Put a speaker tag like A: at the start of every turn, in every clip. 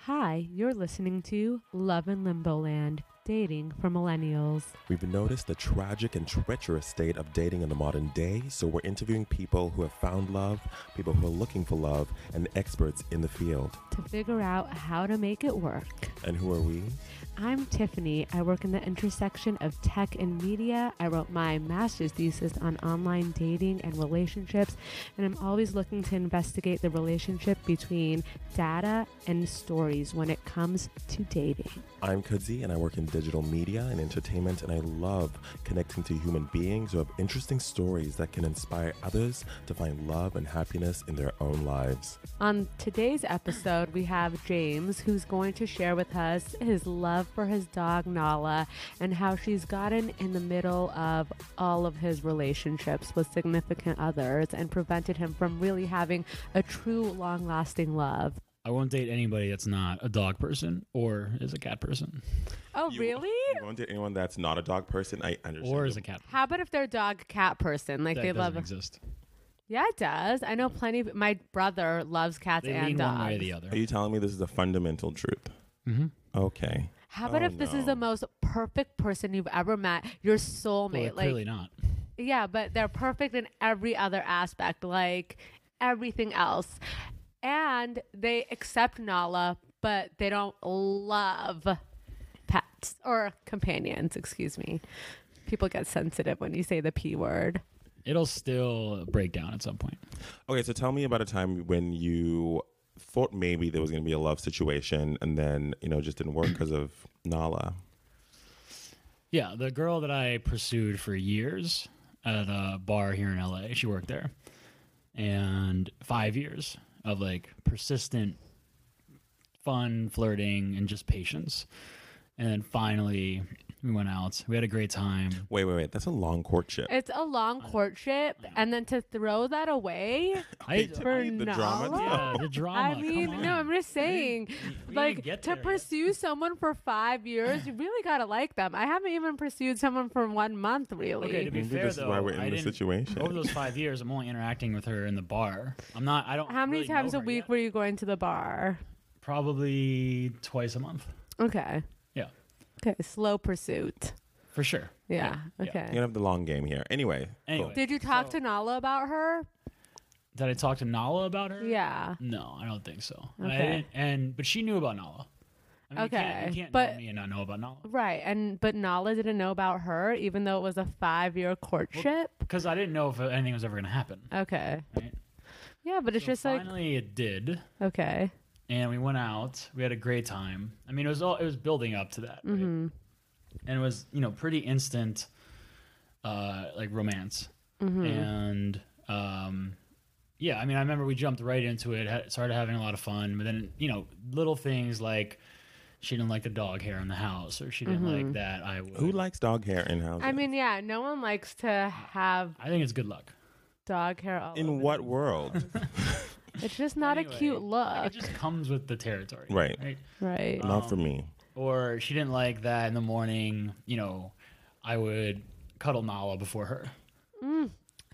A: Hi, you're listening to Love in Limbo Land Dating for Millennials.
B: We've noticed the tragic and treacherous state of dating in the modern day, so we're interviewing people who have found love, people who are looking for love, and experts in the field.
A: To figure out how to make it work.
B: And who are we?
A: I'm Tiffany. I work in the intersection of tech and media. I wrote my master's thesis on online dating and relationships, and I'm always looking to investigate the relationship between data and stories when it comes to dating.
B: I'm Kudzi, and I work in digital media and entertainment, and I love connecting to human beings who have interesting stories that can inspire others to find love and happiness in their own lives.
A: On today's episode, we have James, who's going to share with us his love for his dog Nala and how she's gotten in the middle of all of his relationships with significant others and prevented him from really having a true, long lasting love.
C: I won't date anybody that's not a dog person or is a cat person
A: Oh,
B: You-
A: really?
B: You won't date anyone that's not a dog person. I understand.
C: or is a cat.
A: How about if they're a dog cat person? Like
C: That
A: they
C: doesn't
A: love.
C: exist.
A: Yeah, it does. I know plenty. Of, my brother loves cats
C: They
A: and
C: lean one way or
A: dogs.
C: the other.
B: Are you telling me this is a fundamental truth?
C: Mhm.
B: Okay.
A: How about
B: Oh,
A: if this is
B: no.
A: the most perfect person you've ever met, your soulmate?
C: Well, they're
A: like,
C: clearly not.
A: yeah, but they're perfect in every other aspect, like everything else, and they accept Nala, but they don't love pets or companions. Excuse me. People get sensitive when you say the p word.
C: It'll still break down at some point.
B: Okay, so tell me about a time when you thought maybe there was going to be a love situation and then, you know, it just didn't work because of Nala.
C: Yeah, the girl that I pursued for years at a bar here in LA, she worked there. And five years of like persistent fun, flirting, and just patience. And then finally, we went out. We had a great time.
B: Wait, wait, wait. That's a long courtship.
A: It's a long courtship, and then to throw that away
C: I,
A: for
B: the
A: Nala.
B: drama-
C: yeah, the drama.
A: I mean,
C: come
A: no,
C: on.
A: I'm just saying,
C: we
A: like
C: didn't get
A: to
C: there yet.
A: pursue someone for five years, you really gotta like them. I haven't even pursued someone for one month, really.
C: Okay, to be
B: Maybe
C: fair
B: this is
C: though,
B: why we're in
C: I
B: this
C: didn't-
B: situation.
C: Over those five years, I'm only interacting with her in the bar. I'm not. I don't.
A: How many
C: really know
A: times a
C: her
A: week
C: yet.
A: were you going to the bar?
C: Probably twice a month.
A: Okay,
C: Yeah,
A: okay, slow pursuit.
C: for sure.
A: Yeah,
C: Yeah.
A: okay.
B: You're gonna have the long game here. Anyway. cool.
C: Anyway.
A: Did you talk
C: So-
A: to Nala about her?
C: Did I talk to Nala about her?
A: Yeah.
C: No, I don't think so. And I
A: Okay.
C: didn't, and but she knew about Nala. I mean, You
A: Okay,
C: can't, you can't
A: but-
C: know me and not know about Nala
A: Right, and but Nala didn't know about her, even though it was a five-year courtship.
C: because I didn't know if anything was ever going to happen.
A: okay,
C: Right?
A: yeah, but it's
C: So
A: just like
C: finally it did.
A: okay,
C: and we went out. We had a great time. I mean, it was all it was building up to that, right?
A: Mm-hmm.
C: and it was you know pretty instant, uh, like romance,
A: Mm-hmm.
C: and um, yeah. I mean, I remember we jumped right into it. Had, started having a lot of fun, but then you know little things like she didn't like the dog hair in the house, or she didn't
A: Mm-hmm.
C: like that. I would.
B: Who likes dog hair in house?
A: I mean, yeah, no one likes to have
C: I think it's good luck.
A: dog hair all
B: in
A: over
B: what world?
A: It's just not a cute
C: Anyway, like,
A: look,
C: it just comes with the territory,
B: Right.
C: Right.
A: right?
B: Not for me.
C: or she didn't like that in the morning, you know, I would cuddle Nala before her.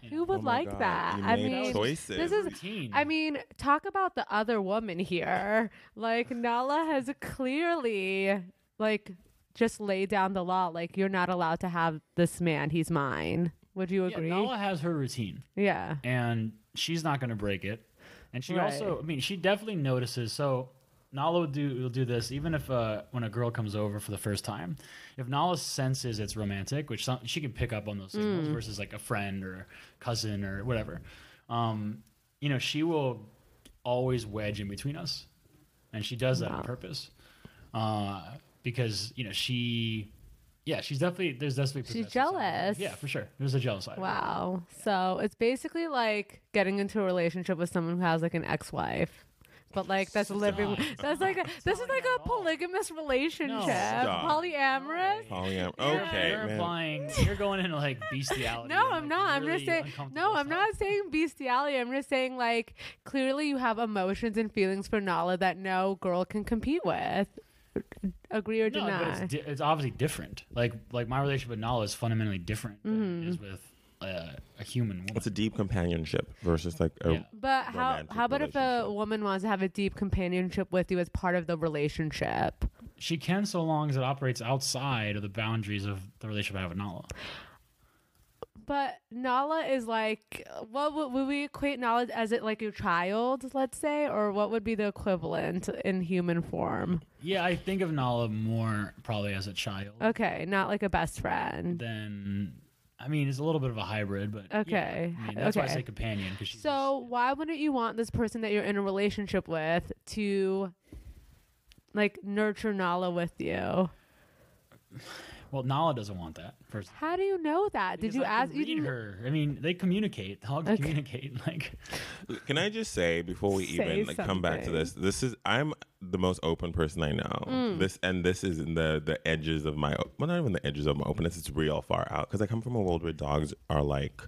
A: Who would
B: Oh my
A: like
B: God,
A: that?
B: you
A: I
B: made
A: mean,
B: choices.
A: this is.
C: Routine.
A: I mean, talk about the other woman here. Like Nala has clearly, like, just laid down the law. Like you're not allowed to have this man. He's mine. Would you
C: yeah,
A: agree? Yeah.
C: Nala has her routine, and she's not going to break it. And she
A: Right.
C: also, I mean, she definitely notices. So Nala will do will do this even if uh, when a girl comes over for the first time. If Nala senses it's romantic, which some, she can pick up on those signals
A: Mm.
C: versus like a friend or cousin or whatever, um, you know, she will always wedge in between us, and she does that on purpose. Uh, because you know she, yeah, she's definitely there's definitely
A: She's
C: possessive side.
A: jealous.
C: Yeah, for sure. There's a jealous side.
A: Wow. So it's basically like getting into a relationship with someone who has like an ex-wife. But like that's living,
C: Stop.
A: that's like a, this is like a polygamous relationship,
B: Stop.
A: polyamorous.
B: Polyam.
C: You're-
B: Okay,
C: you're
B: man.
C: implying you're going into like bestiality.
A: No,
C: and,
A: I'm
C: like,
A: not. I'm
C: really
A: just saying.
C: uncomfortable
A: No, I'm
C: stuff.
A: not saying bestiality. I'm just saying like clearly you have emotions and feelings for Nala that no girl can compete with. Agree or
C: No,
A: deny? Mm-hmm.
C: but it's, di- it's obviously different. Like like my relationship with Nala is fundamentally different than it is with uh, a human woman.
B: It's a deep companionship versus like a
C: Yeah.
A: But how
B: Romantic
A: how about if a
B: relationship.
A: woman wants to have a deep companionship with you as part of the relationship?
C: She can so long as it operates outside of the boundaries of the relationship I have with Nala.
A: But Nala is like, what would, would we equate Nala as? It like your child, let's say, or what would be the equivalent in human form?
C: Yeah, I think of Nala more probably as a child
A: Okay, not like a best friend.
C: than. I mean, it's a little bit of a hybrid, but yeah.
A: Okay,
C: I mean, that's why I
A: okay.
C: say companion because she's
A: So why wouldn't you want this person that you're in a relationship with to like nurture Nala with you?
C: just- well, Nala doesn't want that first.
A: How do you know that? Did
C: Because
A: you
C: I can
A: ask? you
C: Read
A: didn't-
C: her. I mean, they communicate. Dogs
A: Okay.
C: communicate. Like,
B: Can I just say before we
A: Say
B: even like, come back to
A: something. Mm.
B: this? This is I'm the most open person I know. This and this is in the the edges of my well, not even the edges of my openness. It's real far out because I come from a world where dogs are like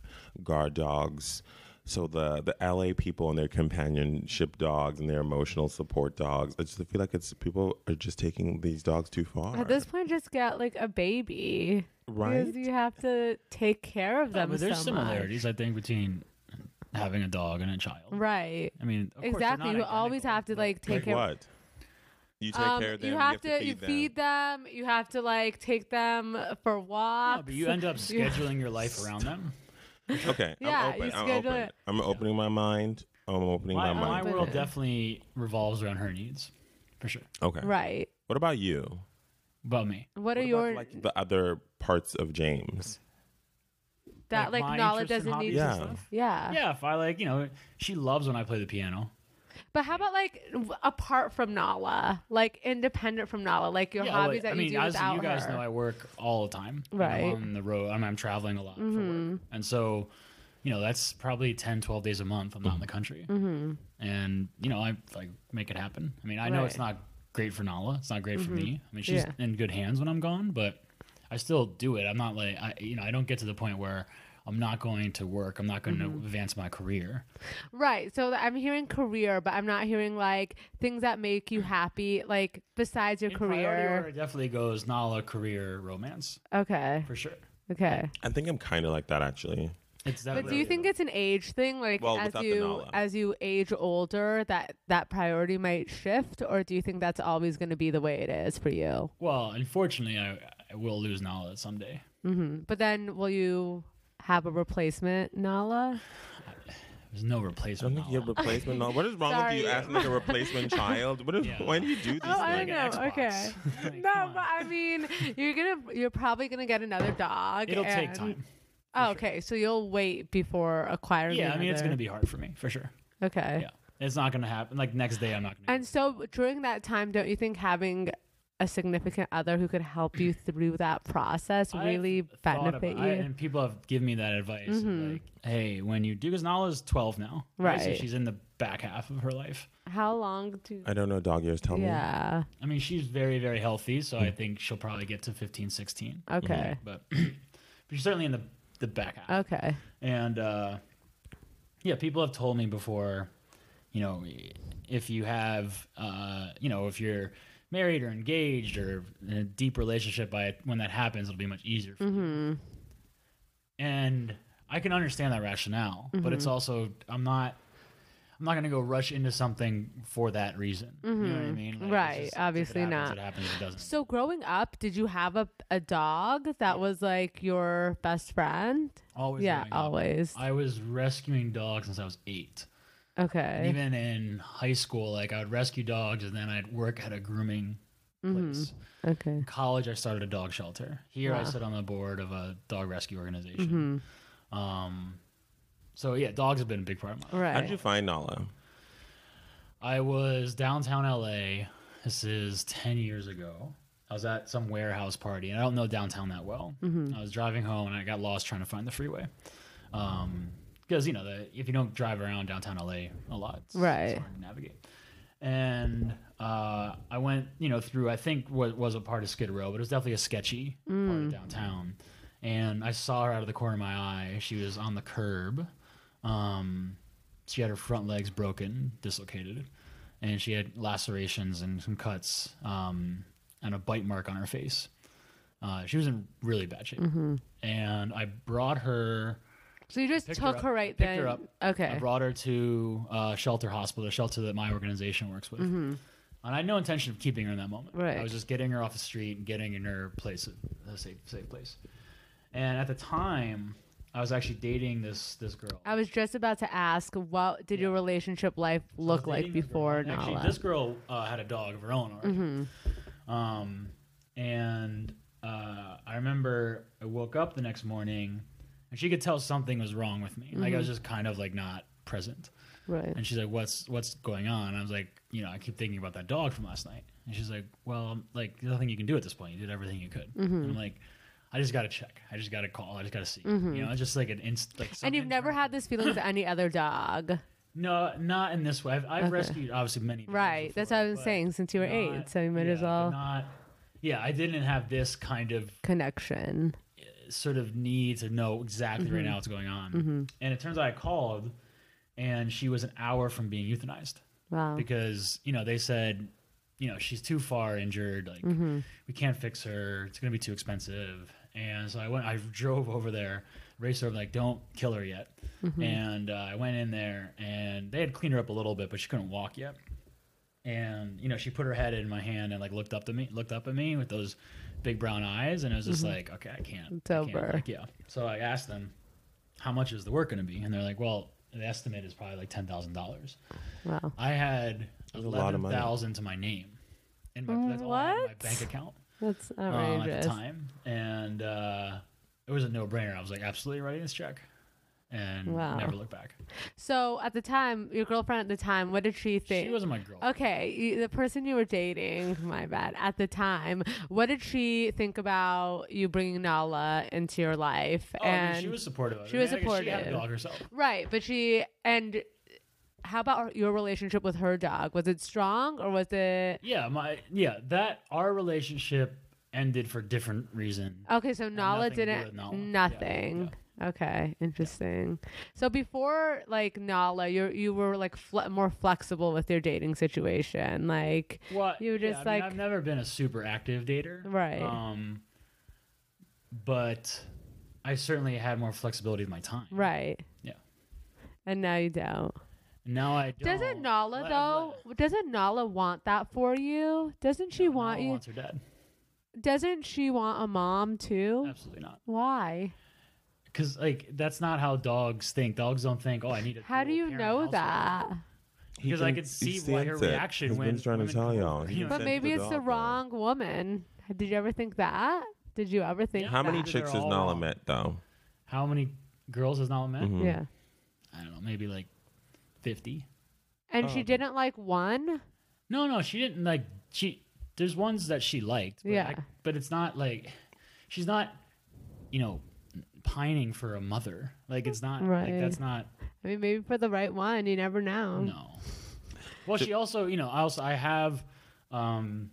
B: guard dogs. So the the LA people and their companionship dogs and their emotional support dogs. I just feel like it's people are just taking these dogs too far.
A: At this point, just get like a baby. Because
B: Right?
A: you have to take care of them.
C: but there's
A: so
C: similarities,
A: Much.
C: I think, between having a dog and a child.
A: Right.
C: I mean, of course, they're
A: Exactly.
C: not
A: You always
C: identical,
A: have to
C: but-
A: like take
B: like
A: care.
B: what? You take
A: Um,
B: care of them.
A: you have
B: to,
A: to you feed them. You have to like take them for walks.
C: No, but you end up
A: You-
C: scheduling your life around them.
B: Okay,
A: Yeah,
B: I'm open.
A: you
B: I'm
A: schedule
B: open.
A: it.
B: I'm opening my mind. I'm opening my
C: My, my
B: mind.
A: But
C: world
A: then-
C: definitely revolves around her needs, for sure.
B: Okay.
A: Right.
B: What about you?
C: About me,
A: What are
B: What
A: your
B: about, like the other parts of James?
A: that like,
C: my
A: Nala
C: interests and
A: doesn't need?
C: hobbies and
B: Yeah.
C: stuff.
A: Yeah.
C: Yeah, if I like, you know, she loves when I play the piano.
A: But how about like w- apart from Nala, like independent from Nala, like your
C: yeah,
A: hobbies
C: oh,
A: that
C: I
A: you
C: mean,
A: do
C: as
A: without
C: you guys
A: her?
C: know, I work all the time. Like,
A: Right. Mm-hmm.
C: I'm on the road. I'm, I'm traveling a lot for work. And so, you know, that's probably 10, 12 days a month I'm not in the country.
A: Mm-hmm.
C: And, you know, I like make it happen. I mean, I know it's
A: Right. Mm-hmm.
C: not great for Nala. It's not great for me. I mean, she's
A: Yeah.
C: in good hands when I'm gone, but I still do it. I'm not like, I, you know, I don't get to the point where I'm not going to work. I'm not going
A: Mm-hmm.
C: to advance my career.
A: Right. So th- I'm hearing career, but I'm not hearing like things that make you happy, like besides your
C: In priority order,
A: career.
C: it definitely goes Nala, career, romance,
A: Okay.
C: for sure.
A: Okay.
B: I think I'm kind of like that actually.
C: It's
A: But do you
C: definitely-
A: think it's an age thing? Like
B: Well,
A: as
B: without the
A: you
B: Nala.
A: as you age older, that that priority might shift, or do you think that's always going to be the way it is for you?
C: Well, unfortunately, I, I will lose Nala someday.
A: hmm But then, will you have a replacement Nala?
C: There's no
B: I don't
C: replacement.
B: think you have
C: Nala.
B: replacement. no, what is wrong with you
A: Sorry.
B: asking like a replacement child? What is
C: Yeah.
B: why do you do these
A: Oh, I
B: things?
A: know.
C: Like an
A: Okay.
C: Xbox. Like,
A: No,
C: come on.
A: but I mean, you're gonna you're probably gonna get another dog.
C: it'll take
A: and-
C: time.
A: Oh, okay, so you'll wait before acquiring.
C: Yeah, I mean it's
A: another.
C: gonna be hard for me for sure.
A: okay.
C: Yeah, it's not gonna happen. Like next day, I'm not gonna.
A: And so during that time, don't you think having a significant other who could help you through that process
C: I've
A: really
C: thought about-
A: benefit you? Mm-hmm.
C: I- and people have given me that advice. of, Like, hey, when you do, because Nala's 12 now, So
A: Right.
C: she's in the back half of her life.
A: How long do?
B: I don't know dog ears. Tell me.
A: yeah.
C: I mean, she's very, very healthy, so I think she'll probably get to 15, 16.
A: Okay.
C: But, but she's certainly in the the back half.
A: Okay.
C: And uh, yeah, people have told me before, you know, if you have, uh, you know, if you're married or engaged or in a deep relationship, by when that happens, it'll be much easier. For you.
A: Mm-hmm.
C: And I can understand that rationale, but
A: Mm-hmm.
C: it's also I'm not. I'm not gonna go rush into something for that reason. You know what I mean? Like, it's
A: Mm-hmm. Right,
C: if it
A: obviously
C: happens,
A: not.
C: It happens. It doesn't.
A: So growing up, did you have a a dog that was like your best friend?
C: always.
A: yeah,
C: growing up.
A: always.
C: I was rescuing dogs since I was eight. And
A: okay.
C: even in high school, like I would rescue dogs and then I'd work at a grooming place.
A: Okay.
C: In college, I started a dog shelter. Here, I
A: Mm-hmm. Wow.
C: sit on the board of a dog rescue organization.
A: Mm-hmm.
C: Um, so yeah, dogs have been a big part of my life.
B: How did you
A: Right.
B: find Nala?
C: I was downtown LA. This is 10 years ago. I was at some warehouse party, and I don't know downtown that well. I was driving home, and I got lost trying to find the freeway. Because, you know, the, if you don't drive around downtown LA a lot, it's,
A: Right.
C: it's hard to navigate. And uh, I went, you know, through, I think, what was a part of Skid Row, but it was definitely a sketchy part of downtown. And I saw her out of the corner of my eye. She was on the curb. Um, she had her front legs broken, dislocated, and she had lacerations and some cuts um, and a bite mark on her
A: Mm-hmm.
C: face. Uh, she was in really bad shape. And I brought her
A: So you just
C: Picked her
A: took
C: up-
A: her, right
C: picked
A: then.
C: her up. I
A: Okay.
C: brought her to uh, shelter hospital, the shelter that my organization works with. And I had no intention of keeping her in that moment.
A: Mm-hmm. Right.
C: I was just getting her off the street and getting in her place, a safe, safe place. And at the time, I was actually dating this this girl.
A: I was just about to ask, what did your relationship life look
C: was
A: like
C: dating this girl.
A: before
C: And Actually,
A: Nala?
C: this girl uh, had a dog of her own already.
A: Mm-hmm.
C: Um, and uh, I remember I woke up the next morning, and she could tell something was wrong with me. Like I
A: Mm-hmm.
C: was just kind of like not present.
A: right.
C: And she's like, "What's what's going on?" And I was like, "You know, I keep thinking about that dog from last night." And she's like, "Well, I'm- like there's nothing you can do at this point. You did everything you could."
A: Mm-hmm.
C: And I'm like, "I just got to check. I just got to call. I just got to see.
A: Mm-hmm.
C: You know, it's just like an inst like." some
A: And you've never
C: internal-
A: had this feeling with any other dog.
C: No, not in this way. I've, I've rescued obviously many. dogs
A: Right. That's
C: before,
A: what I was
C: but
A: saying since you were eight.
C: not-
A: So you might
C: yeah,
A: as
C: but
A: well
C: Not. Yeah, I didn't have this kind of
A: connection.
C: sort of need to know exactly
A: Mm-hmm.
C: right now what's going on. And it turns out I called, and she was an hour from being euthanized
A: Wow.
C: because you know they said, you know she's too far injured, like we can't fix her. It's gonna be too expensive. And so I went, I drove over there, raced over, like don't kill her yet. And uh, I went in there, and they had cleaned her up a little bit, but she couldn't walk yet. And you know she put her head in my hand and like looked up to me, looked up at me with those big brown eyes, and I was just like, okay, I can't.
A: It's
C: I can't.
A: over.
C: Like, yeah. So I asked them, how much is the work gonna be? And they're like, well, the estimate is probably like ten thousand dollars.
A: Wow.
C: I had
B: a lot of
C: eleven
B: money.
C: thousand to my name, and my, that's all I had in my
A: What?
C: bank account
A: That's
C: um, at
A: outrageous.
C: the time, and uh, it was a no-brainer. I was like, absolutely writing this check, and
A: Wow.
C: never looked back.
A: so at the time, your girlfriend at the time, what did she think?
C: She wasn't my girl.
A: Okay, you- the person you were dating, my bad, at the time, what did she think about you bringing Nala into your life?
C: Oh, I mean, she was supportive. of it.
A: she
C: I
A: was
C: mean, I guess She had a
A: supportive.
C: dog herself.
A: right, but she and how about your relationship with her dog? Was it strong or was it
C: Yeah, my yeah. That our relationship ended for different reasons.
A: Okay, so Nala
C: nothing to do
A: didn't
C: with Nala. Yeah,
A: nothing. Okay, interesting. So before like Nala, you you were like fle- more flexible with your dating situation. Like
C: What
A: Oh, you were
C: yeah,
A: just
C: I
A: like
C: mean, I've never been a super active dater,
A: Right.
C: Um, but I certainly had more flexibility with my time.
A: right,
C: Yeah.
A: and now you don't.
C: Now I don't.
A: Doesn't Nala
C: Let-
A: though?
C: let-
A: Doesn't Nala want that for you? Doesn't she
C: No,
A: want
C: Nala
A: you?
C: Wants her dad.
A: Doesn't she want a mom too?
C: Absolutely not.
A: Why?
C: Because like that's not how dogs think. Dogs don't think. Oh, I need. A
A: How do
C: dual
A: you
C: parent
A: know
C: household."
A: that?
B: He
C: Because I
B: can-
C: could
B: he
C: see why her
B: sensed it.
C: reaction
B: His
C: when-
B: man's trying to
C: when-
B: tell y'all. He
C: But
A: But
B: sensed
A: maybe it's
B: dog,
A: the
B: though.
A: wrong woman. Did you ever think that? Did you ever think?
B: How many
A: that?
C: They're
B: chicks has
C: all
B: Nala
C: wrong.
B: met though? Mm-hmm.
C: How many girls has Nala met?
B: Hmm.
A: Yeah.
C: I don't know. Maybe like fifty.
A: And
C: Um,
A: she didn't like one.
C: No, no, she didn't like. She there's ones that she liked. But
A: Yeah.
C: I- but it's not like she's not, you know, pining for a mother. Like it's not.
A: Right.
C: Like that's not.
A: I mean, maybe for the right one, you never know.
C: No. Well, she also, you know, I also I have um,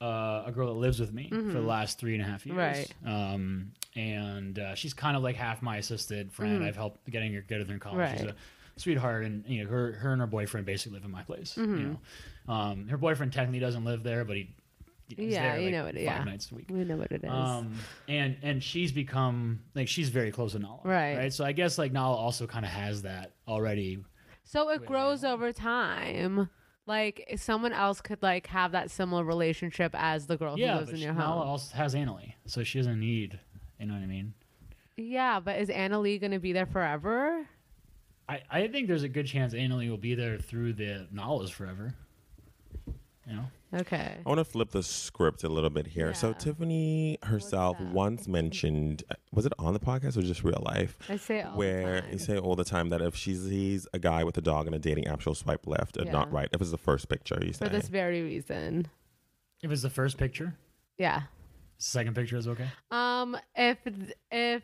C: uh, a girl that lives with me for the last three and a half years,
A: Mm-hmm. Right.
C: Um, and uh, she's kind of like half my assisted friend. I've helped getting her get her through college. She's
A: Mm-hmm. Right.
C: a sweetheart, and you know, her her and her boyfriend basically live in my place.
A: Mm-hmm.
C: You know, um, her boyfriend technically doesn't live there, but he. He's
A: Yeah,
C: there,
A: you
C: like,
A: know it,
C: Five
A: yeah.
C: nights a week.
A: We know what it is.
C: Um, and and she's become like she's very close to Nala,
A: Right.
C: Right. So I guess like Nala also kind of has that already
A: so it grows over time. Like if someone else could like have that similar relationship as the girl who lives
C: but
A: in
C: she-
A: your
C: Nala
A: home.
C: also has Annalie, so she doesn't need. You know what I mean?
A: Yeah, but is Anna Lee gonna be there forever?
C: I, I think there's a good chance Annalie will be there through the Nala's forever. You know,
A: Okay.
B: I want to flip the script a little bit here. So
A: Yeah.
B: Tiffany herself
A: that?
B: once mentioned, was it on the podcast or just real life?
A: I say it all the
B: where
A: time.
B: you say all the time that if she sees a guy with a dog in a dating app, she'll swipe left and not
A: Yeah.
B: right. If it's the first picture, you say.
A: For this very reason.
C: if it's the first picture,
A: Yeah.
C: second picture is okay.
A: Um, if if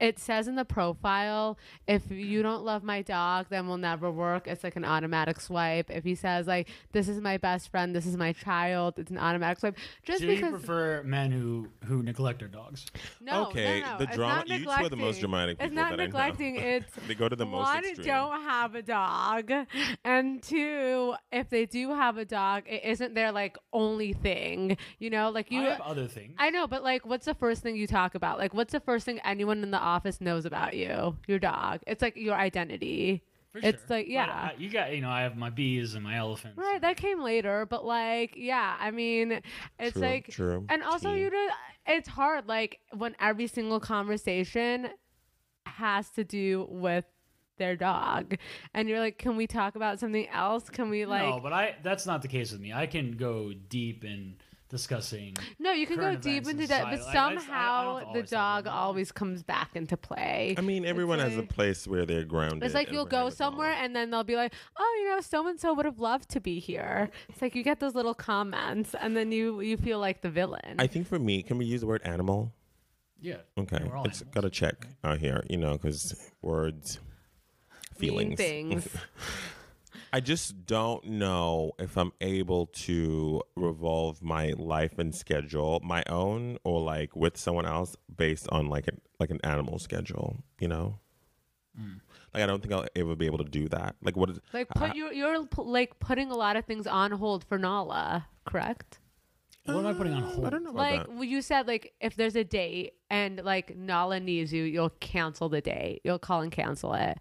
A: it says in the profile, if you don't love my dog, then we'll never work. It's like an automatic swipe. If he says like, "This is my best friend. This is my child," it's an automatic swipe. Just
C: Do you
A: because.
C: prefer men who who neglect their dogs?
A: no,
B: Okay,
A: no, no,
B: the
A: it's
B: drama-
A: not
B: you two are the
A: neglecting.
B: most dramatic
A: It's
B: people
A: not
B: that I know.
A: neglecting. It's
B: They go to the most
A: one,
B: extreme.
A: don't have a dog, and two, if they do have a dog, it isn't their like only thing. You know, like you
C: I have other things.
A: I know, but like, what's the first thing you talk about? Like, what's the first thing anyone in the office knows about you, your dog. It's like your identity.
C: For
A: It's
C: sure.
A: like,
C: But
A: yeah.
C: I- you got you know I have my bees and my elephants.
A: Right, that came later, but like, yeah, I mean, it's
B: True,
A: like,
B: true.
A: and also,
B: Tea.
A: you know, it's hard, like, when every single conversation has to do with their dog, and you're like, can we talk about something else? Can we, like,
C: no, but I that's not the case with me. I can go deep in discussing.
A: No, you can go
C: current
A: deep
C: events
A: into
C: in
A: that, but
C: society. Like, I just- I- I don't
A: somehow
C: have to
A: the
C: always talk
A: dog
C: about it.
A: always comes back into play.
B: I mean, everyone has a
A: like-
B: place where they're grounded.
A: It's like
B: and
A: you'll
B: where
A: go
B: it's all-
A: somewhere and then they'll be like, "Oh, you know, so and so would have loved to be here." It's like you get those little comments, and then you you feel like the villain.
B: I think for me, can we use the word animal?
C: Yeah.
B: Okay,
C: We're all
B: it's
C: animals.
B: got to check out here, you know, because words,
A: Mean
B: feelings.
A: things.
B: I just don't know if I'm able to revolve my life and schedule, my own or like with someone else, based on like an like an animal schedule. You know,
C: Hmm.
B: like I don't think I'll ever be able to do that. Like what? Is,
A: like put you you're pu- like putting a lot of things on hold for Nala, correct?
C: What am I putting on
A: Mm,
C: hold?
B: I don't know.
A: Like
B: about that.
A: well, you said, like if there's a date and like Nala needs you, you'll cancel the date. You'll call and cancel it.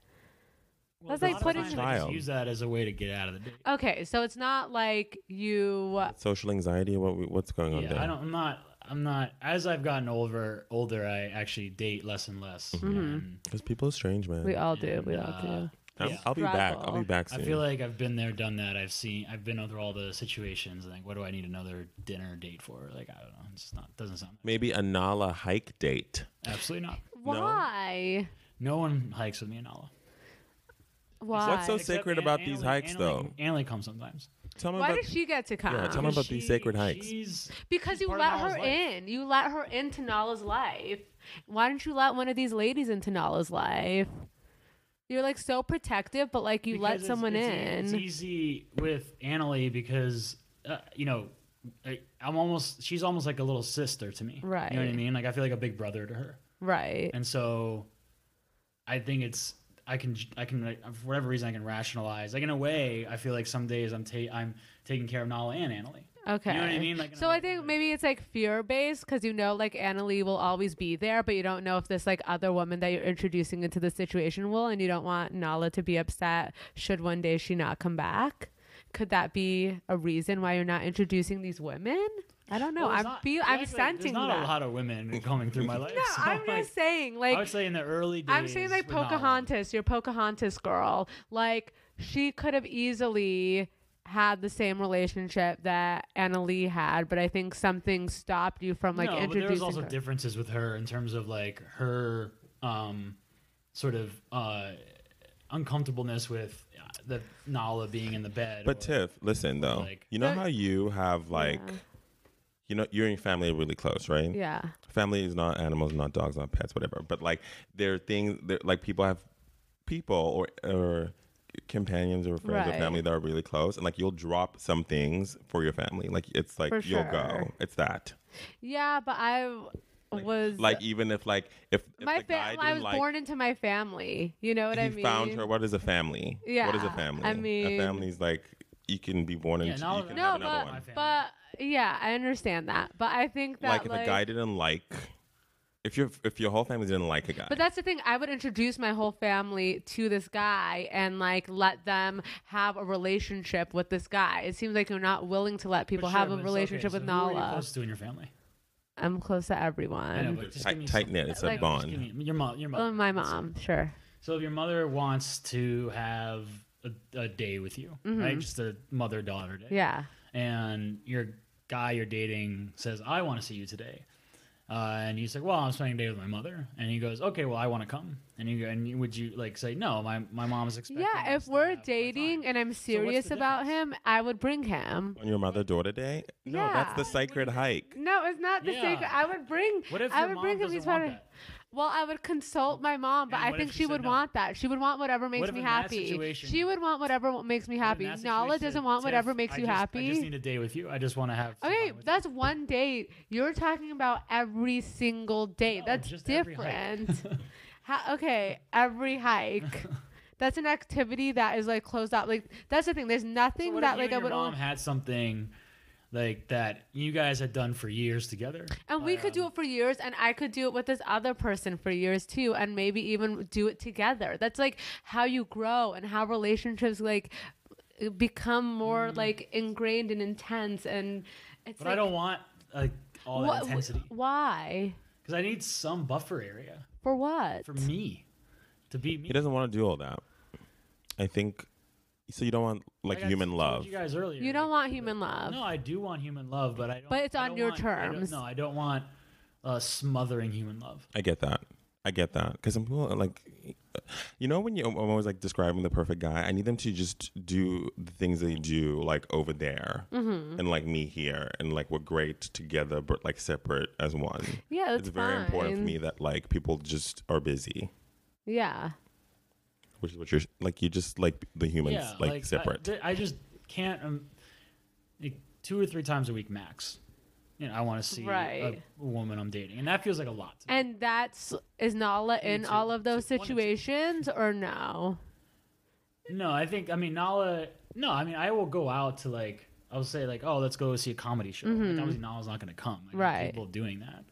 C: Well,
A: That's like
C: a lot of
A: putting-
C: times I just
B: Child.
C: use that as a way to get out of the date.
A: Okay, so it's not like you.
B: social anxiety. What we- what's
A: Oh,
B: going on
C: Yeah,
B: there?
C: I don't. I'm not. I'm not. As I've gotten older, older, I actually date less and less.
A: Mm-hmm.
C: And,
B: Because people are strange, man.
A: We all do. We all
C: uh,
A: do.
B: I'm-
C: yeah.
B: I'll be back. I'll be
A: Struggle.
B: back
C: I
B: soon.
C: feel like I've been there, done that. I've seen. I've been through all the situations. And like, what do I need another dinner date for? Like, I don't know. It's not. Doesn't sound.
B: maybe a Nala hike date.
C: Absolutely not.
A: Why?
C: No one hikes with me in Allah.
A: Why?
B: What's so sacred about these hikes, though?
C: Annalie comes sometimes.
B: Tell me
A: Why
B: about
A: does she get to come?
B: Yeah, tell me
C: Because
B: about these sacred hikes.
C: She's
A: because
C: she's
A: you
C: part
A: let
C: of
A: her
C: Nala's life.
A: in. You let her into Nala's life. Why didn't you let one of these ladies into Nala's life? You're like so protective, but like you let
C: Because it's-
A: someone
C: it's, e-,
A: in.
C: It's easy with Annalie because uh, you know I, I'm almost she's almost like a little sister to me. You know what I
A: Right.
C: mean? Like I feel like a big brother to her,
A: right.
C: and so I think it's I can I can like, for whatever reason I can rationalize. Like in a way, I feel like some days I'm ta- I'm taking care of Nala and Annalie.
A: Okay.
C: You know what I mean? Like, in a
A: so I
C: way-
A: think maybe it's like fear based because you know like Annalie will always be there, but you don't know if this like other woman that you're introducing into the situation will, and you don't want Nala to be upset should one day she not come back. Could that be a reason why you're not introducing these women? I don't know.
C: Well, there's
A: I'm
C: not-
A: feel
C: there's
A: I'm
C: actually-
A: sensing
C: There's not
A: that.
C: a lot of women coming through my life.
A: no,
C: so,
A: I'm
C: like,
A: just saying
C: I would
A: like
C: say in the early days.
A: I'm saying like
C: with Nala.
A: Pocahontas, your Pocahontas girl. Like she could have easily had the same relationship that Anna Lee had, but I think something stopped you from like
C: no, but
A: introducing.
C: there was also
A: her.
C: differences with her in terms of like her um, sort of uh, uncomfortableness with uh, the Nala being in the bed.
B: But
C: or-
B: Tiff, listen though.
C: like-
B: you know
A: But-
B: how you have like, you know, you and your family are really close, right?
A: Yeah.
B: Family is not animals, not dogs, not pets, whatever. But like, there are things that like people have people or or companions or friends
A: Right.
B: or family that are really close, and like you'll drop some things for your family. Like it's like
A: For
B: you'll go.
A: sure.
B: It's that.
A: Yeah, but I w- was
B: Like even if like if, if
A: my
B: the guy
A: family.
B: didn't
A: I was
B: like
A: born into my family. You know what
B: he
A: I mean?
B: found her. What is a family? What is a
A: Yeah,
B: family?
A: I
B: a
A: mean-
B: family's like you can be born
C: Yeah,
B: into.
C: now-
B: you can
C: No,
B: have
A: no,
B: another
A: but
B: one.
A: but yeah, I understand that. But I think that
B: like if a guy didn't like if your if your whole family didn't like a guy
A: But that's the thing. I would introduce my whole family to this guy and like let them have a relationship with this guy. It seems like you're not willing to let
C: But
A: people
C: sure,
A: have
C: but
A: a
C: it's-
A: relationship
C: okay,
A: with
C: so who are you
A: Nala.
C: close to in your family?
A: I'm close to
C: I know,
A: everyone.
C: but just give me
B: tight, tight
C: some-
B: knit it's
A: like-
B: a
C: Just give
B: bond
C: me- your mom. Your
A: Oh,
C: mom.
A: my mom, sure.
C: So if your mother wants to have a, a day with you, right? Just a mother daughter day.
A: Mm-hmm. Yeah.
C: and your guy you're dating says, I want to see you today. Uh, and you say, Well, I'm spending the day with my mother. And he goes, Okay, well, I want to come. And you go, And you, would you like say, No, my, my mom is expecting.
A: Yeah,
C: us
A: if
C: to
A: we're
C: have more
A: dating
C: time."
A: and I'm serious
C: the
A: about him,
C: difference?
A: I would bring him.
B: on your mother daughter day no that's
A: Yeah.
B: the sacred hike
A: No, it's not the
C: Yeah.
A: sacred. I would bring.
C: What if
A: I
C: your
A: would
C: mom
A: bring him.
C: doesn't
A: He's
C: want
A: probably-
C: that?
A: Well, I would consult my mom, but
C: And
A: I
C: what
A: think
C: if
A: she
C: she
A: would
C: said no?
A: want that. She would want whatever makes
C: if
A: me
C: in that
A: happy.
C: situation-
A: she would want whatever makes me
C: But in
A: happy.
C: that
A: Nala
C: situation,
A: doesn't want
C: Tiff,
A: whatever makes
C: I
A: you
C: just-
A: happy.
C: I just need a day with you. I just want to have. some
A: Okay,
C: fun with
A: that's one date. You're talking about every single date.
C: No,
A: that's
C: just every hike.
A: different. How, okay, every hike. That's an activity that is like closed off. Like that's the thing. There's
C: you. So
A: nothing
C: what
A: that
C: if
A: like
C: you
A: I
C: and
A: would
C: your mom
A: only.
C: had something like that you guys had done for years together.
A: And we could do it for years, and I could do it with this other person for years too, and maybe even do it together. That's like how you grow and how relationships like become more like ingrained and intense. And it's
C: Mm. But
A: like,
C: I don't want like all that
A: wha-
C: intensity
A: Why?
C: because I need some buffer area
A: For what?
C: for me to be me.
B: He doesn't want to do all that. I think so. You don't want like,
C: I
B: human
C: told
B: love.
C: You guys earlier.
A: you don't want human love.
C: No, I do want human love, but I don't.
A: But it's
C: I
A: on
C: don't
A: your
C: want- I don't-
A: terms.
C: No, I don't want uh, smothering human love.
B: I get that. I get that because some people are like, you know, when you I'm always like describing the perfect guy, I need them to just do the things they do like over there,
A: Mm-hmm.
B: and like me here, and like we're great together, but like separate as one.
A: Yeah, that's
B: it's very important for
A: fine.
B: me that like people just are busy,
A: Yeah.
B: which is what you're like. You just like the humans
C: yeah,
B: like,
C: I-
B: separate.
C: th- I, just can't. Um, like, two or three times a week max. You know, I want to see
A: Right.
C: a woman I'm dating, and that feels like a lot. To me.
A: And that's is Nala in
C: two.
A: all of those
C: Two- one and two.
A: situations or no?
C: No, I think I mean Nala. No, I mean I will go out to like I'll say like oh let's go see a comedy show. Like, obviously Nala's not going to come. Like, I'm
A: Mm-hmm. Right.
C: capable of doing that.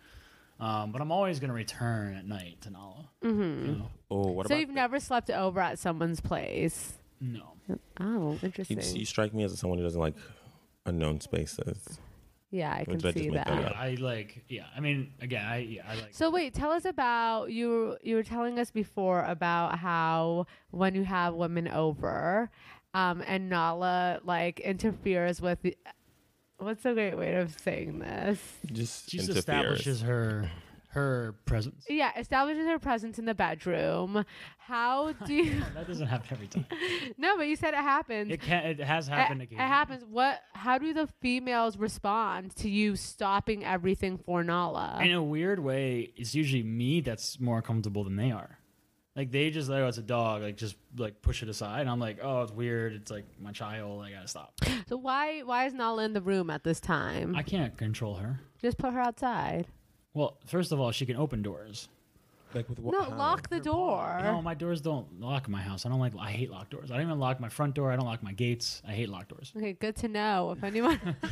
C: Um, but I'm always going to return at night to Nala.
A: Mm-hmm.
C: You know?
B: oh, what
A: so
B: about
A: you've never slept over at someone's place.
C: No,
A: Oh,
B: you,
A: interesting.
B: you strike me as someone who doesn't like unknown spaces.
A: yeah, I can
B: did I just
A: see
B: make
A: that.
B: that
C: But I like yeah. I mean again, I yeah, I like.
A: So wait, tell us about you. You were telling us before about how when you have women over, um, and Nala like interferes with. The, what's a great way of saying this?
B: Just
C: she
B: interferes.
C: just establishes her her presence.
A: Yeah, establishes her presence in the bedroom. How do you?
C: That doesn't happen every time.
A: no, but you said it happens.
C: It can. It has happened
A: it, it
C: again.
A: happens. What? How do the females respond to you stopping everything for Nala?
C: In a weird way, it's usually me that's more comfortable than they are. Like they just like oh it's a dog like just like push it aside and I'm like oh it's weird it's like my child I gotta stop
A: So why why is Nala in the room at this time?
C: I can't control her.
A: Just put her outside.
C: Well, first of all, she can open doors.
B: Like with what?
A: No,
B: how?
A: lock the door.
C: No, my doors don't lock in my house. I don't like. I hate locked doors. I don't even lock my front door. I don't lock my gates. I hate locked doors.
A: Okay, good to know. If anyone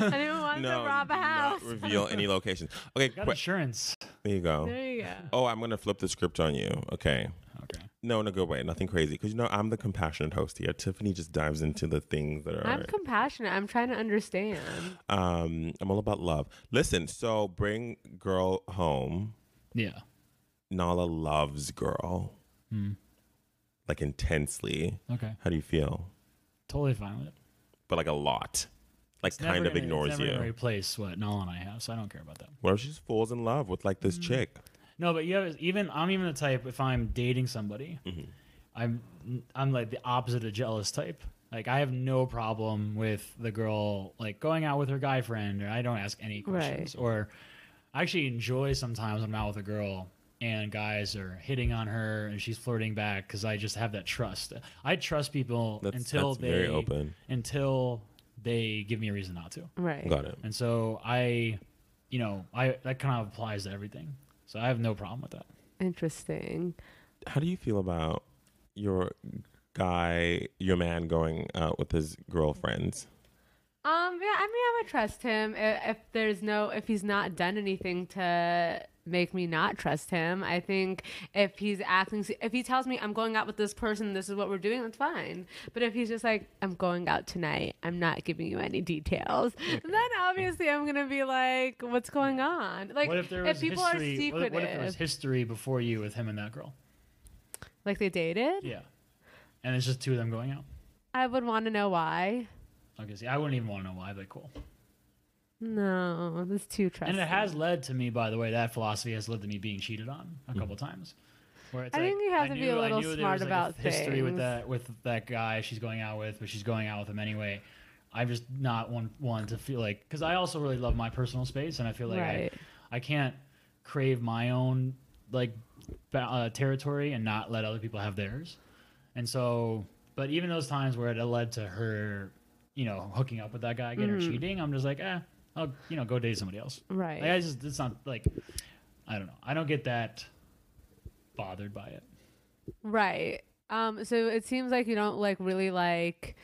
A: anyone wants to rob a
B: do
A: house,
B: Not reveal any locations. Okay,
C: Got
B: que-
C: insurance.
B: there you go.
A: there you go.
B: Oh, I'm gonna flip the script on you. Okay.
C: Okay.
B: No, in a good way. Nothing crazy. Because you know I'm the compassionate host here. Tiffany just dives into the things that are.
A: I'm compassionate. I'm trying to understand.
B: um, I'm all about love. Listen, so bring girl home.
C: Yeah.
B: Nala loves girl, like intensely.
C: Hmm. Okay.
B: How do you feel?
C: Totally fine with it.
B: But like a lot, like
C: Never
B: kind of
C: gonna-
B: ignores
C: it's never
B: you.
C: Gonna replace what Nolan and I have, so I don't care about that.
B: What if she just falls in love with like
C: Mm.
B: this chick?
C: No, but you have even. I'm even the type. If I'm dating somebody,
B: Mm-hmm.
C: I'm I'm like the opposite of jealous type. Like I have no problem with the girl like going out with her guy friend, or I don't ask any questions. Or I actually enjoy sometimes I'm out with a girl and guys are hitting on her and she's flirting back because I just have that trust. I trust people
B: That's-
C: until
B: that's
C: they
B: very open.
C: until they give me a reason not to.
A: Right.
B: Got it.
C: And so I, you know, I that kind of applies to everything. So I have no problem with that.
A: Interesting.
B: How do you feel about your guy, your man going out with his girlfriends?
A: Um. Yeah. I mean, I would trust him if, if there's no if he's not done anything to make me not trust him. I think if he's acting, if he tells me I'm going out with this person, this is what we're doing, that's fine. But if he's just like I'm going out tonight, I'm not giving you any details, then obviously I'm gonna be like, what's going on? Like
C: what if there was
A: people
C: history?
A: are
C: what, if-
A: secretive,
C: what if there was history before you with him and that girl?
A: like they dated,
C: Yeah, and it's just two of them going out.
A: I would want to know why.
C: Okay, see, I wouldn't even want to know why, but cool.
A: No, that's too trusting.
C: And it has led to me, by the way, that philosophy has led to me being cheated on a couple times. Where it's
A: I think you have to be a
C: I
A: little
C: knew there
A: smart
C: was, like,
A: about
C: a history with
A: things.
C: that with that guy she's going out with, but she's going out with him anyway. I'm just not one one to feel like because I also really love my personal space, and I feel like
A: Right.
C: I, I can't crave my own like ba- uh, territory and not let other people have theirs. And so, but even those times where it led to her, you know, hooking up with that guy again
A: Mm-hmm.
C: or cheating, I'm just like, eh, I'll you know go date somebody else.
A: Right.
C: Like, I just it's not like I don't know. I don't get that bothered by it.
A: Right. Um, so it seems like you don't like really like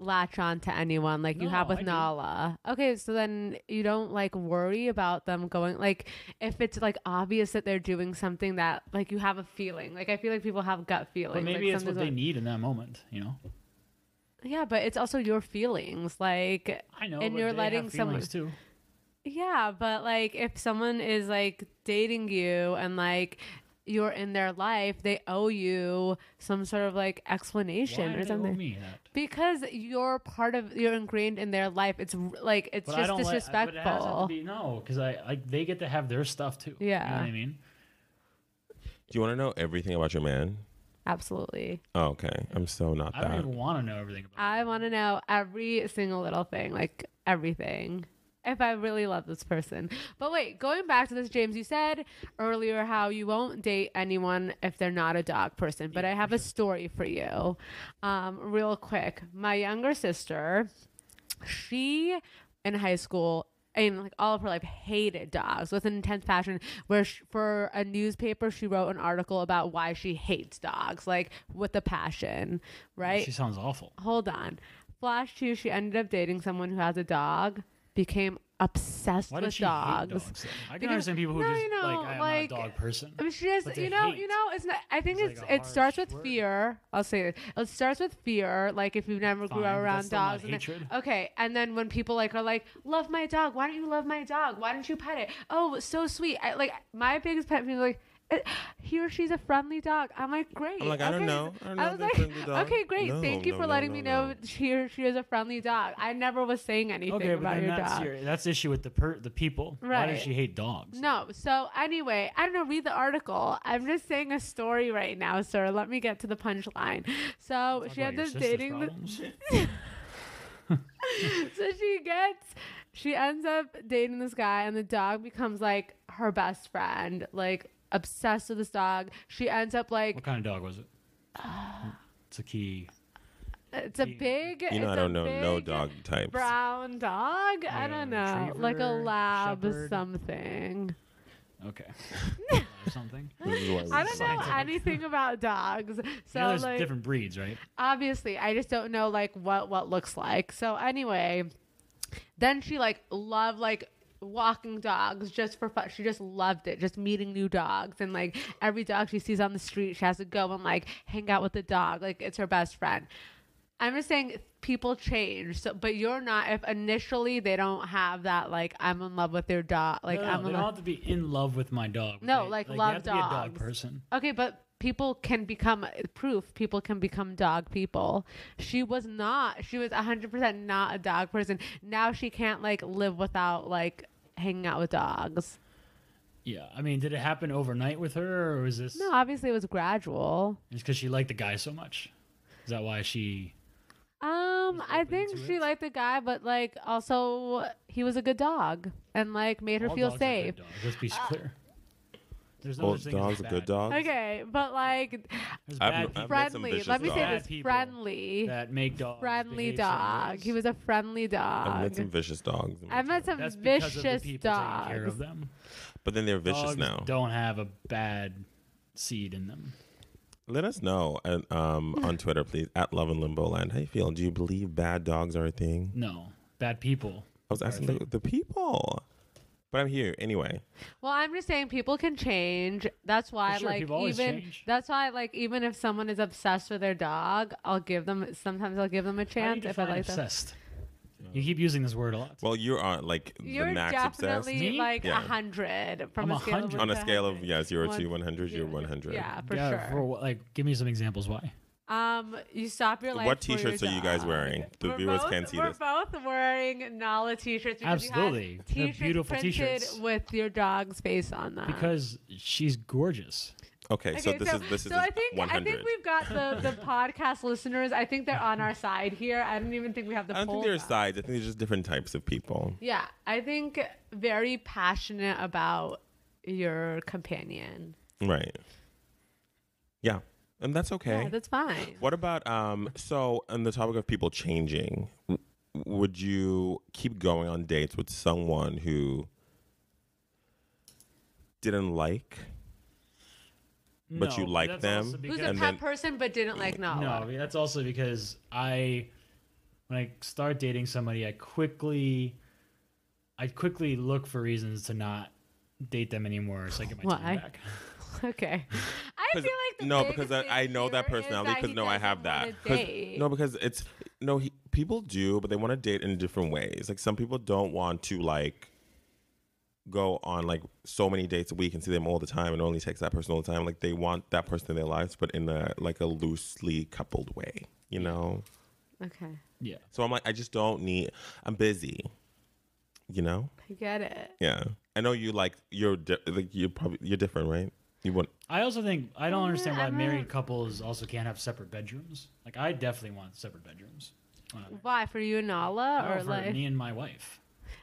A: latch on to anyone like you have
C: No,
A: with
C: I do.
A: Nala. Okay, so then you don't like worry about them going like if it's like obvious that they're doing something that like you have a feeling. Like I feel like people have gut feelings.
C: But maybe
A: like,
C: it's what
A: something's
C: they
A: wrong.
C: need in that moment, you know.
A: Yeah, but it's also your feelings. Like
C: I know,
A: and
C: but
A: you're
C: they
A: letting
C: have
A: someone
C: feelings too.
A: Yeah, but like if someone is like dating you and like you're in their life, they owe you some sort of like explanation
C: Why
A: or
C: do they owe
A: something.
C: me that?
A: Because you're part of, you're ingrained in their life. It's r- like it's
C: But I
A: just
C: don't let- but it has to
A: disrespectful.
C: be- no, because I like they get to have their stuff too. you know
A: Yeah.
C: what I mean.
B: Do you want to know everything about your man?
A: Absolutely.
B: Oh, okay. I'm so not
C: I don't
B: that.
C: even want to know everything about.
A: I want to know every single little thing, like everything. If I really love this person. But wait, going back to this, James, you said earlier how you won't date anyone if they're not a dog person. But I have a story for you. Um, real quick. My younger sister, she in high school and like all of her life hated dogs with an intense passion where sh for a newspaper she wrote an article about why she hates dogs like with a passion right
C: She sounds awful.
A: hold on. Flash two, she ended up dating someone who has a dog, became obsessed
C: Why
A: with
C: did she
A: dogs.
C: hate dogs? then? I can
A: Because-
C: understand people who
A: no,
C: just
A: you know,
C: like, I'm
A: like,
C: not a dog person.
A: I mean, she just,
C: But they
A: you know,
C: hate.
A: you know, it's not. I think
C: It's
A: it's,
C: like a
A: it starts
C: harsh
A: with
C: word.
A: fear. I'll say it. It starts with fear. Like if you've never
C: Fine,
A: grew up
C: but
A: around
C: that's still not
A: dogs, and then-
C: hatred.
A: okay. And then when people like are like, love my dog. Why don't you love my dog? Why don't you pet it? Oh, so sweet. I, like my biggest pet peeve, is like. eh, He or she's a friendly dog. I'm like, great.
B: I'm like, I don't
A: okay.
B: know. I don't know if
A: was
B: they're
A: like,
B: friendly dog.
A: okay, great.
B: No,
A: Thank you
B: no,
A: for
B: no,
A: letting
B: no,
A: me know
B: no.
A: she or she is a friendly dog. I never was saying anything
C: okay, but
A: about
C: then
A: your
C: that's
A: dog.
C: your, that's the issue with the per, the people. Why
A: Right.
C: does she hate dogs?
A: No. So anyway, I don't know. Read the article. I'm just saying a story right now, sir. Let me get to the punchline. So
C: Talk
A: she had
C: about your
A: this
C: sister's
A: dating.
C: problems.
A: so she gets. She ends up dating this guy, and the dog becomes like her best friend. Like obsessed with this dog. She ends up like
C: What kind of dog was it? It's a key.
A: it's a
C: You-
A: big.
B: You
A: it's
B: know, I
A: a
B: don't know no
A: big
B: dog types.
A: Brown dog. I
C: Yeah,
A: don't know. Like a
C: retriever,
A: lab
C: shepherd.
A: something.
C: Okay. or something.
B: This is why we
A: I don't know
B: suck.
A: anything about dogs. So
C: you know, there's
A: like
C: different breeds, right?
A: obviously i just don't know like what what looks like so anyway then she like loved like walking dogs just for fun she just loved it just meeting new dogs and like every dog she sees on the street she has to go and like hang out with the dog like it's her best friend i'm just saying people change so, but you're not if initially they don't have that like i'm in love with their dog like
C: no, no,
A: i'm
C: they
A: in
C: don't
A: love
C: have to be in love with my dog. but
A: No,
C: they-
A: like,
C: you
A: love
C: have to be a dog
A: dogs.
C: person.
A: Okay, but people can become uh, proof. People can become dog people. She was not. She was 100% not a dog person. Now she can't like live without like hanging out with dogs.
C: Yeah, I mean, did it happen overnight with her, or was this?
A: No, obviously it was gradual.
C: It's because she liked the guy so much. Is that why she?
A: Um, I
C: open
A: think
C: to
A: she
C: it?
A: liked the guy, but like also he was a good dog and like made her
C: all
A: feel
C: dogs are
A: such
C: good
A: safe. Uh,
C: dogs, Let's be clear. There's no
B: Well,
C: such thing as
B: dogs are good
C: bad.
B: dogs.
A: Okay, but like
B: I've-
C: There's bad
B: I've
C: people
B: met some
A: friendly.
B: vicious
A: Let me say
B: dogs.
A: this
C: Bad people.
A: friendly,
C: that make dogs.
A: friendly
C: behave certain
A: dog.
C: ways.
A: He was a friendly dog.
B: I've met some vicious dogs. in my
A: I met
B: time.
A: some
C: That's because of the
A: vicious
C: people taking care
A: dogs.
C: of them.
B: But then they're vicious
C: dogs
B: now.
C: Don't have a bad seed in them.
B: Let us know and, um, on Twitter, please, at Love and Limbo Land. How you feel? Do you believe bad dogs are a thing?
C: No, bad people.
B: I was asking the, the people. But I'm here anyway.
A: Well, I'm just saying people can change. That's why,
C: For sure,
A: like,
C: people always
A: even
C: change.
A: that's why, like, even if someone is obsessed with their dog, I'll give them. Sometimes I'll give them a
C: How do you
A: chance if I
C: define
A: like them.
C: obsessed? You keep using this word a lot.
B: Well, you are like
A: You're
B: the max
A: definitely
B: obsessed.
C: Me?
A: like a
B: Yeah.
A: hundred from
C: I'm
A: a scale
C: 100.
A: of one
B: On a
A: to
B: scale of,
A: 100.
B: yeah, 0
A: One-
B: to 100, you're 100.
A: Yeah, for
C: yeah,
A: sure.
C: for what- like, give me some examples why.
A: Um, you stop your life.
B: What
A: for your
B: t-shirts are you guys
A: dog.
B: wearing? The
A: We're
B: viewers
A: both-
B: can't see
A: We're
B: this.
A: both wearing Nala t-shirts. because you had
C: Absolutely. They're
A: t-shirts
C: beautiful
A: printed
C: t-shirts.
A: with your dog's face on them.
C: Because she's gorgeous.
B: Okay, so this is this is
A: so I think
B: 100.
A: I think we've got the the podcast listeners. I think they're on our side here. I don't even think we have the.
B: I don't
A: poll
B: think there's
A: up.
B: sides. I think there's just different types of people.
A: Yeah, I think very passionate about your companion.
B: Right. Yeah. And that's okay.
A: Yeah, that's fine.
B: What about um? So, on the topic of people changing, w- would you keep going on dates with someone who didn't like? But you
C: No,
B: like
C: that's
B: them?
C: also
A: Who's
C: because-
A: a pet
B: and then-
A: person but didn't like Nala?
C: No, that's also because I, when when I start dating somebody, I quickly, I quickly look for reasons to not date them anymore, so I get my
A: Why?
C: time back.
A: Okay. I feel
B: 'Cause-
A: like the
B: no,
A: biggest
B: because I, I know that
A: issue is
B: personality.
A: that he
B: Because no, I
A: doesn't
B: have that.
A: wanna
B: 'Cause-
A: date.
B: No, because it's no. He, people do, but they want to date in different ways. Like some people don't want to like go on like so many dates a week and see them all the time and only text that person all the time. Like they want that person in their lives, but in a like a loosely coupled way. You know.
A: Okay,
C: Yeah.
B: So I'm like, I just don't need. I'm busy. You know.
A: I get it.
B: Yeah. I know you like you're di- like you're probably you're different, right? You want
C: I also think I don't understand why
A: I'm
C: married couples also can't have separate bedrooms. Like I definitely want separate bedrooms. when I'm
A: Why for you and Nala,
C: married.
A: or
C: No, for
A: like
C: me and my wife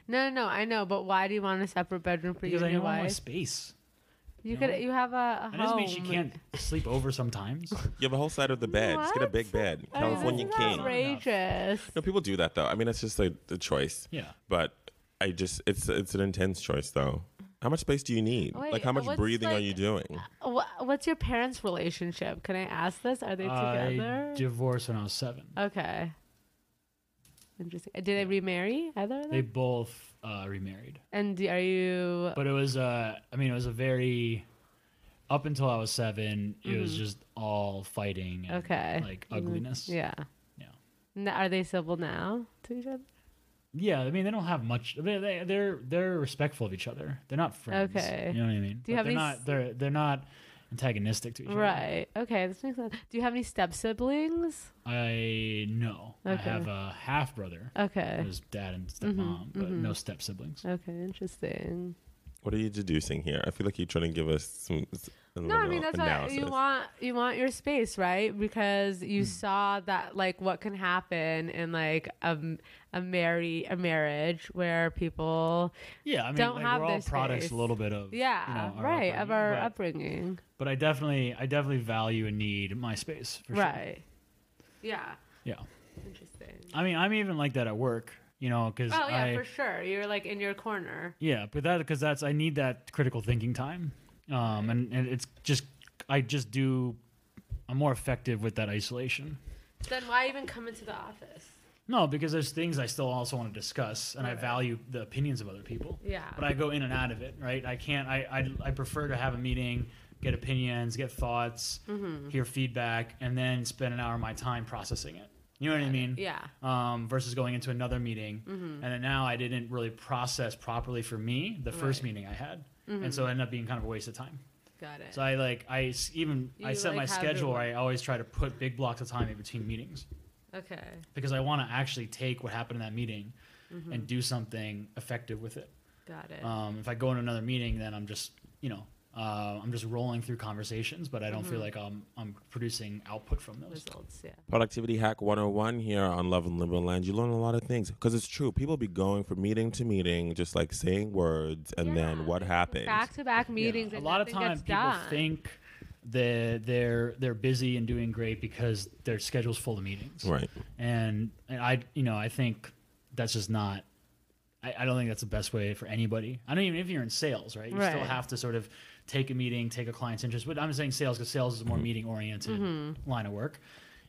A: no, no, no, I know, but why do you want a separate bedroom for
C: because
A: you
C: I
A: and your
C: don't want my
A: wife?
C: space.
A: you
C: you
A: could,
C: know?
A: you have a, a
C: That doesn't
A: home.
C: mean she can't sleep over sometimes.
B: you have a whole side of the bed. Just get a
A: What?
B: big bed,
A: I mean, this
B: California
A: is
B: king.
C: right.
A: Outrageous.
B: No, people do that though. I mean, it's just like the choice.
C: Yeah.
B: But I just it's it's an intense choice though. How much space do you need?
A: Wait,
B: like how much
A: what's,
B: breathing are
A: like-
B: you doing?
A: Wha What's your parents' relationship? Can I ask this? Are they together? Uh,
C: I divorced when I was seven.
A: okay. Interesting. Did they remarry either of them?
C: They both uh, remarried,
A: and do- are you?
C: but it was uh, I mean, it was a very up until I was 7 It was just all fighting. And,
A: Mm-hmm. Okay.
C: Like ugliness.
A: Yeah.
C: Yeah.
A: N- Are they civil now to each other?
C: Yeah, I mean they don't have much. They, they they're they're respectful of each other. They're not friends.
A: Okay.
C: you know what I mean.
A: Do you have
C: they're
A: any s-
C: not they're they're not antagonistic to each other.
A: Right. Okay. This makes sense. Do you have any step siblings?
C: I know. I
A: Okay.
C: have a half brother.
A: Okay. Mm-hmm, Uh,
C: His dad and stepmom, but no step siblings.
A: Okay. Interesting.
B: What are you deducing here? I feel like you're trying to give us some. s- a
A: No, I
B: little
A: mean that's what
B: analysis.
A: you want. You want your space, right? Because
C: Hmm.
A: you saw that, like, what can happen in like a a marry a marriage where people,
C: Yeah, I mean
A: Don't
C: like,
A: have
C: we're all
A: this
C: products
A: space.
C: a little bit of you
A: yeah,
C: know, our
A: right, of our
C: upbringing, but,
A: upbringing,
C: but I definitely I definitely value and need my space for sure.
A: right? Yeah,
C: Yeah.
A: interesting.
C: I mean I'm even like that at work, you know, because
A: Oh yeah,
C: I
A: for sure. You're like in your corner.
C: Yeah, but that because that's I need that critical thinking time, um, and and it's just I just do I'm more effective with that isolation.
A: Then why even come into the office?
C: No, because there's things I still also want to discuss, and I
A: Right.
C: value the opinions of other people.
A: Yeah.
C: but I go in and out of it, right? I can't. I I, I prefer to have a meeting, get opinions, get thoughts,
A: Mm-hmm.
C: hear feedback, and then spend an hour of my time processing it. You know what I mean?
A: Yeah. Mm-hmm.
C: um, versus going into another meeting. And then now I didn't really process properly for me the first
A: Right. Mm-hmm.
C: meeting I had, and so it ended up being kind of a waste of time.
A: Got it.
C: So I like I s- even I
A: You,
C: set my
A: like, have your
C: schedule where
A: work-
C: I always try to put big blocks of time in between meetings
A: okay.
C: because I want to actually take what happened in that meeting
A: Mm-hmm.
C: and do something effective with it.
A: Got it.
C: Um, if I go in another meeting, then I'm just you know. Uh, I'm just rolling through conversations, but I don't
A: Mm-hmm.
C: feel like I'm I'm producing output from those.
A: Results. Yeah.
B: Productivity Hack 101 here on Love and Liberal Land. You learn a lot of things because it's true. People be going from meeting to meeting, just like saying words, and then what happens?
A: Back to back meetings.
C: Yeah.
A: and
C: A lot of
A: nothing
C: time,
A: gets
C: people
A: done.
C: think that they're they're busy and doing great because their schedule's full of meetings.
B: Right.
C: And, and I, you know, I think that's just not. I, I don't think that's the best way for anybody. I don't even if you're in sales, right? You still
A: Right.
C: have to sort of take a meeting, take a client's interest. But I'm saying sales because sales is a more meeting oriented line of work.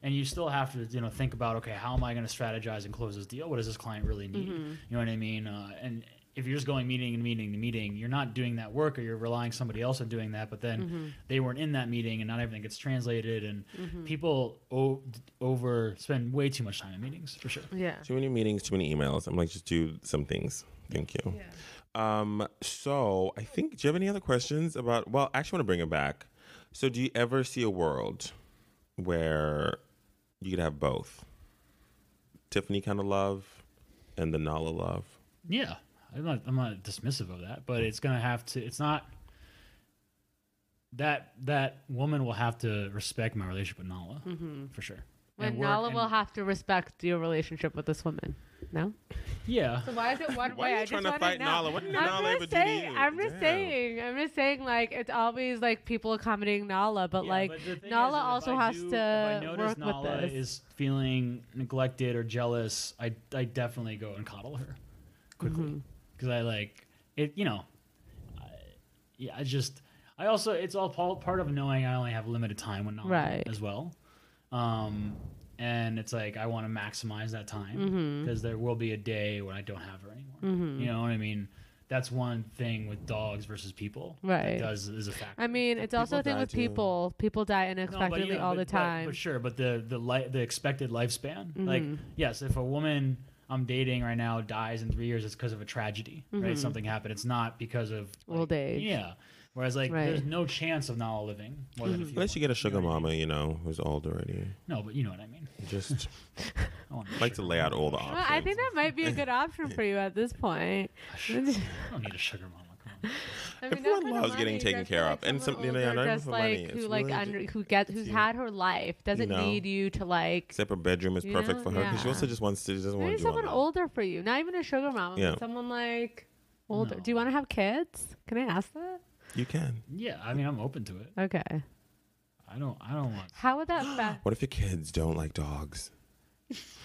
C: And you still have to, you know, think about okay, how am I going to strategize and close this deal? What does this client really need? You know what I mean? Uh, and if you're just going meeting and meeting to meeting, you're not doing that work, or you're relying somebody else on doing that. But then they weren't in that meeting, and not everything gets translated. And people o- over spend way too much time in meetings for sure.
A: Yeah.
B: Too many meetings, too many emails. I'm like, just do some things. Thank you. Um, so I think do you have any other questions about well, I actually want to bring it back. So do you ever see a world where you could have both? Tiffany kind of love and the Nala love.
C: Yeah, I'm not. I'm not dismissive of that, but it's gonna have to. It's not that that woman will have to respect my relationship with Nala for sure.
A: When
C: And work-
A: Nala
C: and-
A: will have to respect your relationship with this woman. No?
C: yeah.
A: Why is it one
B: Why are way? you I trying just to wanna fight know. Nala? What did
A: I'm
B: Nala
A: just
B: ever do to
A: saying,
B: you?
A: I'm just
B: Damn.
A: saying. I'm just saying, like, it's always like people accommodating Nala, but
C: Yeah,
A: like,
C: but the thing
A: Nala
C: is, if
A: also
C: I
A: has
C: do- if I
A: to
C: notice
A: work
C: Nala
A: with this.
C: is feeling neglected or jealous, I I definitely go and coddle her quickly
A: Mm-hmm.
C: because I like it. You know, I, yeah. I just I also it's all pa- part of knowing I only have limited time with Nala
A: Right.
C: as well, um, and it's like I want to maximize that
A: Mm-hmm.
C: time because there will be a day when I don't have her anymore. You know what I mean? That's one thing with dogs versus people. that
A: Right.
C: does is a factor.
A: I mean, it's also a thing
B: die
A: with
B: too.
A: people. People die
C: No, but,
A: unexpectedly
C: you know,
A: all
C: but-
A: the time. Mm-hmm.
C: But, but sure, but the the li- the expected lifespan. Like yes, if a woman I'm dating right now dies in three years, it's because of a tragedy, right? Something happened. It's not because of like,
A: Mm-hmm. Old age.
C: Yeah. Whereas like
A: Right. Mm-hmm.
C: there's no chance of Nala living more than a few.
B: Unless you get a
C: months,
B: sugar
C: know what I mean?
B: mama, you know, who's old already.
C: No, but you know what I mean.
B: Just
C: I want a
B: like to
C: sugar
B: lay out all the
A: Well,
B: options.
A: I think that might be a good option for you at this point. I mean,
C: mama. I don't need a sugar mama. Come on.
A: that's
B: Everyone
A: for the
B: loves
A: money,
B: getting
A: that's
B: taken
A: for,
B: care
A: like,
B: of, and
A: someone
B: some- you know,
A: older
B: not even
A: just
B: for money.
A: like
B: It's
A: who like
B: really
A: under
B: just-
A: who gets who's
B: you.
A: had her life doesn't
B: You know?
A: need you to like.
B: Except her bedroom is
A: You
B: perfect
A: know?
B: for her because she
A: Yeah.
B: also just wants to. She doesn't
A: Maybe
B: want you on
A: someone
B: that.
A: older for you, not even a sugar mama,
B: Yeah.
A: but someone like older. Do you
C: No.
A: want to have kids? Can I ask that?
B: You can.
C: Yeah, I mean I'm open to it.
A: Okay.
C: I don't I don't want
A: How would that? fa-
B: What if your kids don't like dogs?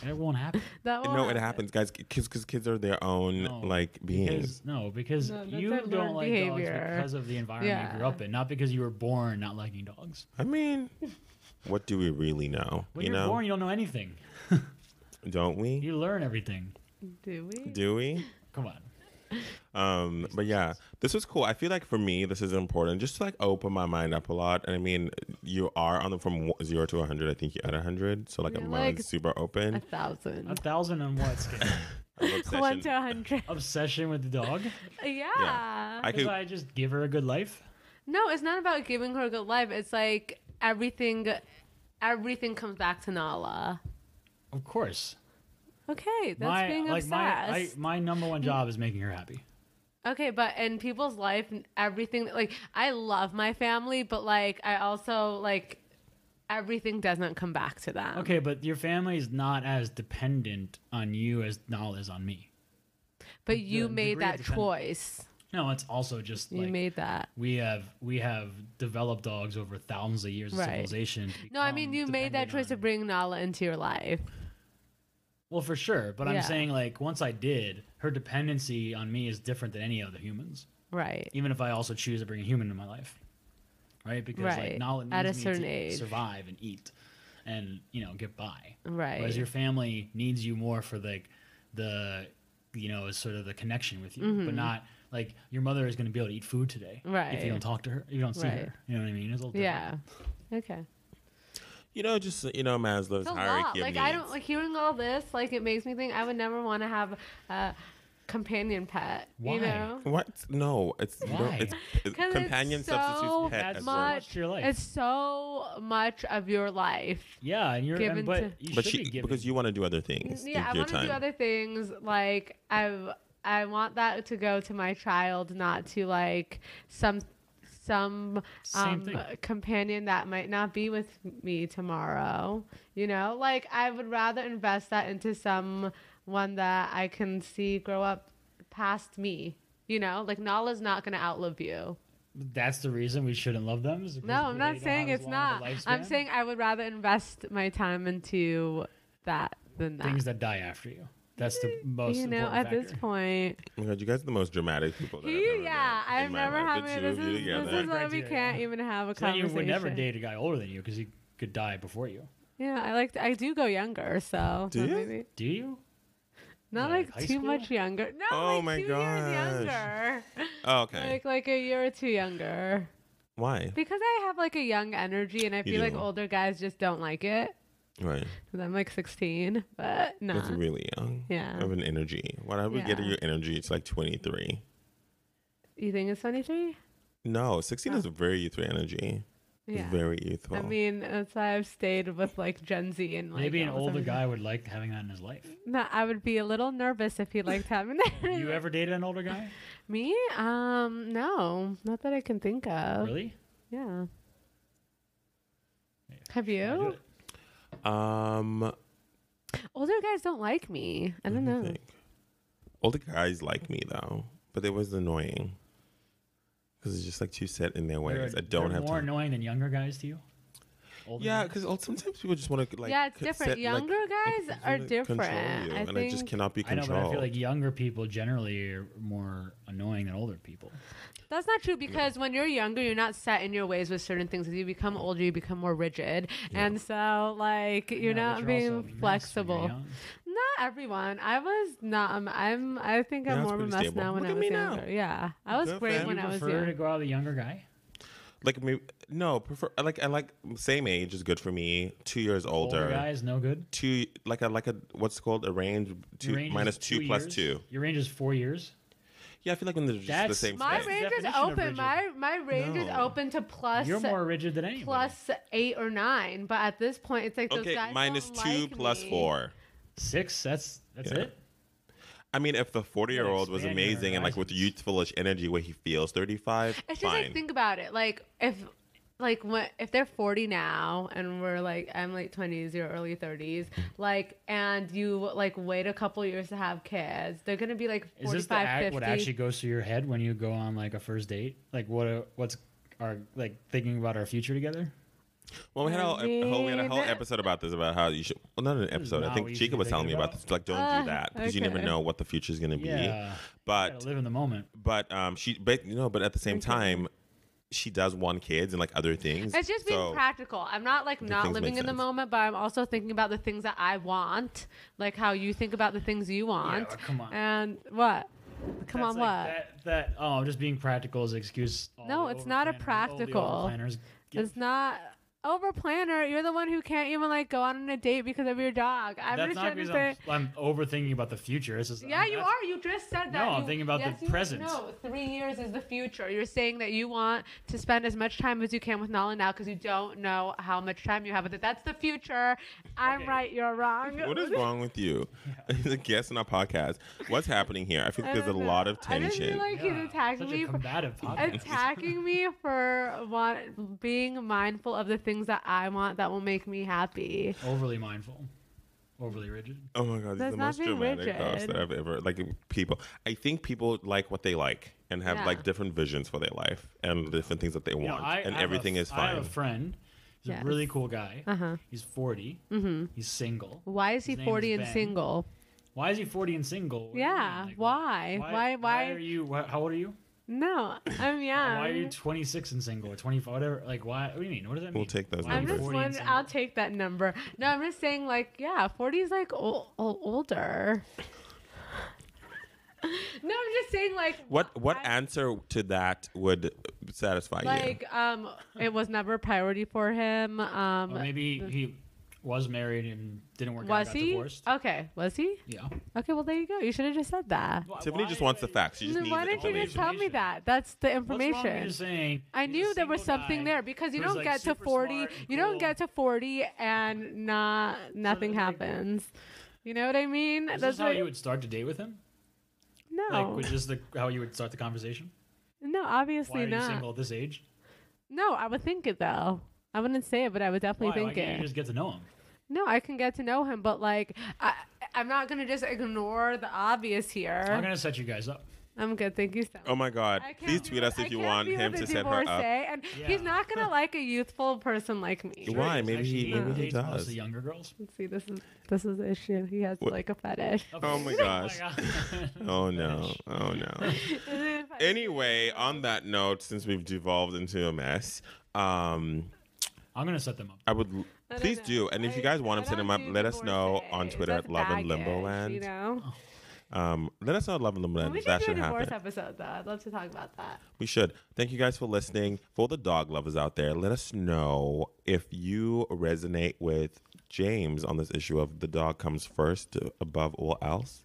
C: it won't happen.
A: that will
B: No, it happens, guys. Kids, because kids are their own
C: No,
B: like beings.
C: Because no, because
A: No, that's
C: you
A: a learned
C: don't like
A: behavior.
C: dogs because of the environment you grew
A: Yeah.
C: up in, not because you were born not liking dogs.
B: I mean, what do we really know?
C: When
B: you
C: you are
B: know,
C: born, you don't know anything.
B: don't we?
C: You learn everything.
A: Do we?
B: Do we?
C: Come on.
B: Um, but yeah, this was cool. I feel like for me, this is important just to like open my mind up a lot. And I mean, you are on the from w- zero to 100, I think you're at 100. So like
A: You're
B: a
A: like-
B: mind's super
A: A
B: open.
C: A
A: thousand.
C: thousand and what scale?
B: of
A: One
B: obsession.
A: to a hundred.
C: Obsession with the dog?
A: Yeah.
B: I
C: Because
B: could,
C: I just give her a good life?
A: No, it's not about giving her a good life. It's like everything, everything comes back to Nala.
C: Of course.
A: Okay, that's
C: my
A: being
C: like
A: obsessed.
C: my I, my number one job is making her happy.
A: okay, but in people's life, everything like I love my family, but like I also like everything doesn't come back to them.
C: Okay, but your family is not as dependent on you as Nal is on me.
A: but you
C: the
A: made
C: degree of
A: that
C: depend-
A: choice.
C: No, it's also just
A: You
C: like
A: made that.
C: we have we have developed dogs over thousands of years of
A: Right.
C: civilization. to
A: No, I
C: become
A: mean you made that
C: dependent
A: choice to
C: on-
A: bring Nala into your life.
C: Well, for sure, but
A: Yeah.
C: I'm saying like once I did, her dependency on me is different than any other humans.
A: Right.
C: Even if I also choose to bring a human into my life, right? Because
A: Right.
C: like knowledge
A: At a
C: needs me
A: certain
C: to
A: age.
C: survive and eat, and you know get by.
A: Right.
C: Whereas your family needs you more for like the you know sort of the connection with you,
A: Mm-hmm.
C: but not like your mother is going to be able to eat food today if
A: Right.
C: you don't talk to her, if you don't see
A: Right.
C: her. You know what I mean? It's a little different.
A: yeah. Okay.
B: you know, just, you know, Maslow's
A: It's a lot.
B: hierarchy. of
A: Like I
B: needs.
A: don't like hearing all this. Like it makes me think I would never want to have a companion pet.
C: Why?
A: You know,
B: What? No, it's you don't-
C: Why?
B: it's, it's
A: 'Cause
B: companion
A: it's so
B: substitutes pet.
C: That's
B: as
A: much-
B: well.
C: much your life.
A: it's so much of your life.
C: yeah, and you're
A: given
C: and, but
A: to-
C: you
B: But
C: should
B: she,
C: be given
B: because you want to do other things.
A: yeah, I
B: your
A: want to do
B: time.
A: other things. Like I, I want that to go to my child, not to like some some
C: Same
A: um,
C: thing.
A: companion that might not be with me tomorrow. You know, like I would rather invest that into someone that I can see grow up past me. You know, like Nala's not gonna outlive you.
C: that's the reason we shouldn't love them. is because
A: No, I'm
C: they
A: not
C: don't
A: saying
C: have as
A: it's
C: long
A: not.
C: of a
A: I'm
C: lifespan.
A: saying I would rather invest my time into that than that.
C: things that die after you. That's the most
A: you know,
C: important
A: at this
C: factor.
A: point,
B: Oh my god, you guys are the most dramatic people. That
A: He,
B: I've
A: yeah,
B: ever met
A: I've
B: in my
A: never
B: life.
A: had
B: The
A: it.
B: two of
A: This
B: you
A: is, this
B: together.
A: is why we
C: Criteria.
A: can't even have a
C: Then you
A: conversation.
C: would never date a guy older than you because he could die before you.
A: Yeah, I like. To, I do go younger, so
B: Do you?
A: maybe-
C: Do you?
A: not
C: Like
A: like,
C: high
A: too
C: school?
A: much younger. No,
B: Oh
A: like
B: my
A: two years
B: gosh.
A: younger.
B: Oh, okay.
A: Like like a year or two younger.
B: Why?
A: Because I have like a young energy, and I feel like
B: do.
A: older guys just don't like it.
B: Right.
A: Because I'm like 16, but no.
B: That's really young.
A: Yeah.
B: Of an energy. Why don't we get
A: Yeah.
B: your energy? It's like 23.
A: You think it's 23?
B: No, 16 is very youthful energy. It's
A: Yeah.
B: Very youthful.
A: I mean, that's why I've stayed with like Gen Z and like
C: Maybe an
A: almost
C: older
A: everything.
C: guy would like having that in his life.
A: No, I would be a little nervous if he liked having that.
C: You ever dated an older guy?
A: Me? Um, no, not that I can think of.
C: Really?
A: Yeah.
C: Yeah.
A: Have
C: I do
A: you?
C: it.
B: um,
A: Older guys don't like me. I don't know.
B: think. Older guys like me though, but it was annoying. Because it's just like too set in their
C: They're-
B: ways. I don't
C: they're
B: have
C: more
B: time.
C: annoying than younger guys to you. Older
B: Yeah,
C: guys?
B: because sometimes people just want to like.
A: Yeah, it's
B: c-
A: different.
B: set, like,
A: Younger guys
B: wanna
A: are
B: control
A: different.
B: you,
A: I
B: and it just
A: think-
B: cannot be
C: I know,
B: controlled.
C: but I feel like younger people generally are more annoying than older people.
A: That's not true because when you're younger, you're not set in your ways with certain things. As you become older, you become more rigid, and so like you're
C: No,
A: not
C: but you're also a mess when
A: being
C: you're
A: flexible.
C: young.
A: Not everyone. I was not. Um, I'm. I think
B: Yeah, I
A: I'm
B: was
A: more of a
B: pretty
A: mess
B: stable.
A: now when
B: Look
A: I
B: at
A: was
B: me now.
A: younger. Yeah, I was
B: Good
A: great
B: friend.
A: when
C: You
A: I was
C: prefer to
A: young.
C: go out with a younger guy?
B: like me, no, prefer I like I like same age is good for me. Two years older,
C: Older, guy is no good.
B: two like a like a what's it called a range two
C: Your range is
B: minus two, plus
C: years.
B: two.
C: Your range is four years.
B: Yeah, I feel like when they're just the
C: That's-
B: same
A: My
B: thing.
A: range is
C: Definition of
A: open.
C: rigid.
A: My my range is
B: No.
A: open to plus
C: You're more rigid than anybody.
A: plus eight or nine. But at this point, it's like those
B: okay,
A: guys
B: minus
A: don't
B: two
A: like
B: plus
A: me.
B: four.
C: six. That's that's
B: Yeah.
C: it.
B: I mean, if the forty-year-old was
C: expand your
B: amazing and like with
C: horizons.
B: youthfulish energy, where he feels thirty-five,
A: It's just
B: fine.
A: like think about it. Like if like what if they're 40 now and we're like I'm late 20s, you're early 30s,
B: Mm.
A: like and you like wait a couple years to have kids, they're going to be like
C: Is this the
A: 45
C: act,
A: 50.
C: what actually goes through your head when you go on like a first date? Like what? uh, What's our like thinking about our future together?
B: well, we had, all,
A: I
B: a whole, we had a
A: mean,
B: whole
A: that-
B: episode about this about how you should. Well, not an episode. I
C: not what
B: think
C: you should
B: Chica
C: be
B: was telling me
C: thinking
B: about
C: about.
B: this. Like, don't
A: Ah,
B: do that because you never
A: okay.
B: know what the future is going to be.
C: Yeah.
B: But
C: Gotta live in the moment.
B: but um, she but you know, but at the same time, she does want kids and like other things.
A: It's just being
B: So-
A: practical. I'm not like not
B: things
A: living
B: make
A: in the
B: sense.
A: moment, but I'm also thinking about the things that I want, like how you think about the things you want.
C: well, come on.
A: And what? Come
C: That's
A: on,
C: like
A: what?
C: That, that oh, just being practical is an excuse. All
A: No,
C: the
A: it's not a
C: overplanners- all the
A: practical.
C: overplanners get.
A: It's not over planner. You're the one who can't even like go out on a date because of your dog. I'm
C: That's
A: just
C: not
A: trying to say.
C: because I'm, I'm overthinking about the future. It's just,
A: Yeah,
C: I'm-
A: you
C: that's-
A: are. You just said that.
C: No, I'm
A: You-
C: thinking about the
A: yes, you-
C: present.
A: No, three years is the future. You're saying that you want to spend as much time as you can with Nala now because you don't know how much time you have with it. That's the future. I'm
C: Okay.
A: right. You're wrong.
B: What is wrong with you? The guest in our podcast. What's happening here? I feel
A: I
B: like there's a
A: don't know.
B: lot of
A: I just feel
B: tension.
A: like
C: Yeah,
A: he's attacking
C: such
A: me.
C: A
A: For,
C: combative podcast.
A: attacking me for want, being mindful of the things that I want that will make me happy.
C: overly mindful, overly rigid.
B: Oh my god, this
A: That's
B: is the
A: not
B: most
A: being
B: dramatic house
A: rigid.
B: that I've ever like people. I think people like what they like and have
A: Yeah.
B: like different visions for their life and different things that they
C: You know,
B: want.
C: I
B: and
C: have a-
B: everything is
C: I
B: fine.
C: have a friend. He's
A: Yes.
C: a really cool guy.
A: Uh-huh.
C: He's 40. Mm-hmm. He's single.
A: Why is he
C: His name
A: 40
C: is
A: and
C: Ben.
A: single?
C: Why is he 40 and single? What do you
A: Yeah,
C: mean? Like,
A: why? Why-
C: Why?
A: why-
C: are you? Wh- how old are you?
A: No, I'm young.
C: Why are you 26 and single or 25? Whatever. Like, why? What do you mean? What does that mean?
B: We'll take those
C: Why are you
A: I'm just
C: 40 and
A: wondering.
C: single?
A: I'll take that number. No, I'm just saying, like, yeah, 40 is like ol- ol- older. no, I'm just saying, like,
B: what what
A: I-
B: answer to that would satisfy
A: like, um, it was never a priority for him. Um,
C: Or Oh, maybe he was married and didn't work out.
A: was
C: got
A: he? Oh.
C: divorced.
A: Okay, was he?
C: yeah.
A: Okay, well, there you go. You should have just said that.
B: you? Tiffany just wants the facts. She just
A: Then
B: needs
A: Why didn't you just
B: information.
A: tell me
C: information.
A: that? That's the
C: What's wrong with
A: information.
C: you saying
A: I
C: he's a
A: knew there was
C: single
A: something
C: guy
A: there because you
C: who's,
A: don't
C: like,
A: get to
C: super
A: 40,
C: smart and
A: you don't
C: cool?
A: get to 40 and not nothing
C: like-
A: happens. You know what I mean?
C: Is this how
A: what-
C: you would start to date with him? Like,
A: no.
C: which is the how you would start the conversation?
A: no,
C: Why
A: obviously
C: are you
A: not.
C: single at this age?
A: No, I would think it though. I wouldn't say it, but I would
C: Why?
A: definitely
C: Why
A: think
C: can't
A: it.
C: you just get to know him?
A: No, I can get to know him, but like I I'm not going to just ignore the obvious here.
C: I'm gonna set you guys up.
A: I'm good. Thank you so much.
B: Oh my god.
A: I can't
B: Please
A: be
B: tweet
A: with-
B: us
A: I
B: if you
A: can't
B: want
A: be
B: him
A: with
B: to
A: a
B: set her
A: divorcee,
B: up.
A: And
C: Yeah.
A: he's not gonna like a youthful person like me.
B: Why?
C: He's
B: Maybe he-
C: actually-
B: maybe he
C: dates most of
B: does.
C: The younger girls.
A: See, this is this is the issue. He has
B: What-
A: like a fetish.
B: Oh my gosh. Oh no. Oh no. Eh, anyway, on that note, since we've devolved into a mess, um,
C: I'm gonna set them up.
B: I would
A: I
B: please
A: don't
B: do.
A: know.
B: And if you
A: I-
B: guys want
A: I
B: to send
A: don't
B: them up,
A: do
B: let us know
A: divorces.
B: on Twitter
A: That's
B: at Love and Limbo
A: baggage,
B: Land.
A: You know,
B: Um, let us know at Love and Limbo Land
A: we
B: if
A: should
B: that
A: do a
B: should
A: divorce
B: happen.
A: episode though. I'd love to talk about that.
B: We should. Thank you guys for listening. For all the dog lovers out there, let us know if you resonate with James on this issue of the dog comes first above all else.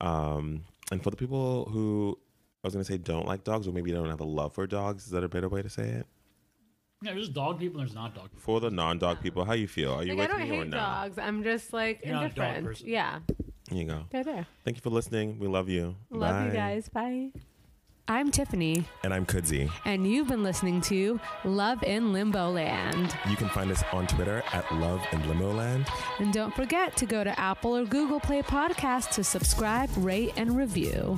B: Um, and for the people who I was going to say don't like dogs, or maybe don't have a love for dogs, is that a better way to say it?
C: Yeah, there's dog people. and There's not dog people.
B: For the non dog people, how you feel? Are you
A: Like I
B: with
A: don't
B: me or
A: hate
B: not?
A: dogs. I'm just like
C: You're not a dog
A: indifferent.
C: person.
A: Yeah,
B: Here you go.
A: they're there.
B: Thank you for listening. We love you.
A: Love you
B: Bye.
A: guys. Bye. I'm Tiffany,
B: And I'm Kudzi.
A: and you've been listening to Love in Limbo Land.
B: You can find us on Twitter at Love and Limo Land.
A: And don't forget to go to Apple or Google Play Podcast to subscribe, rate, and review.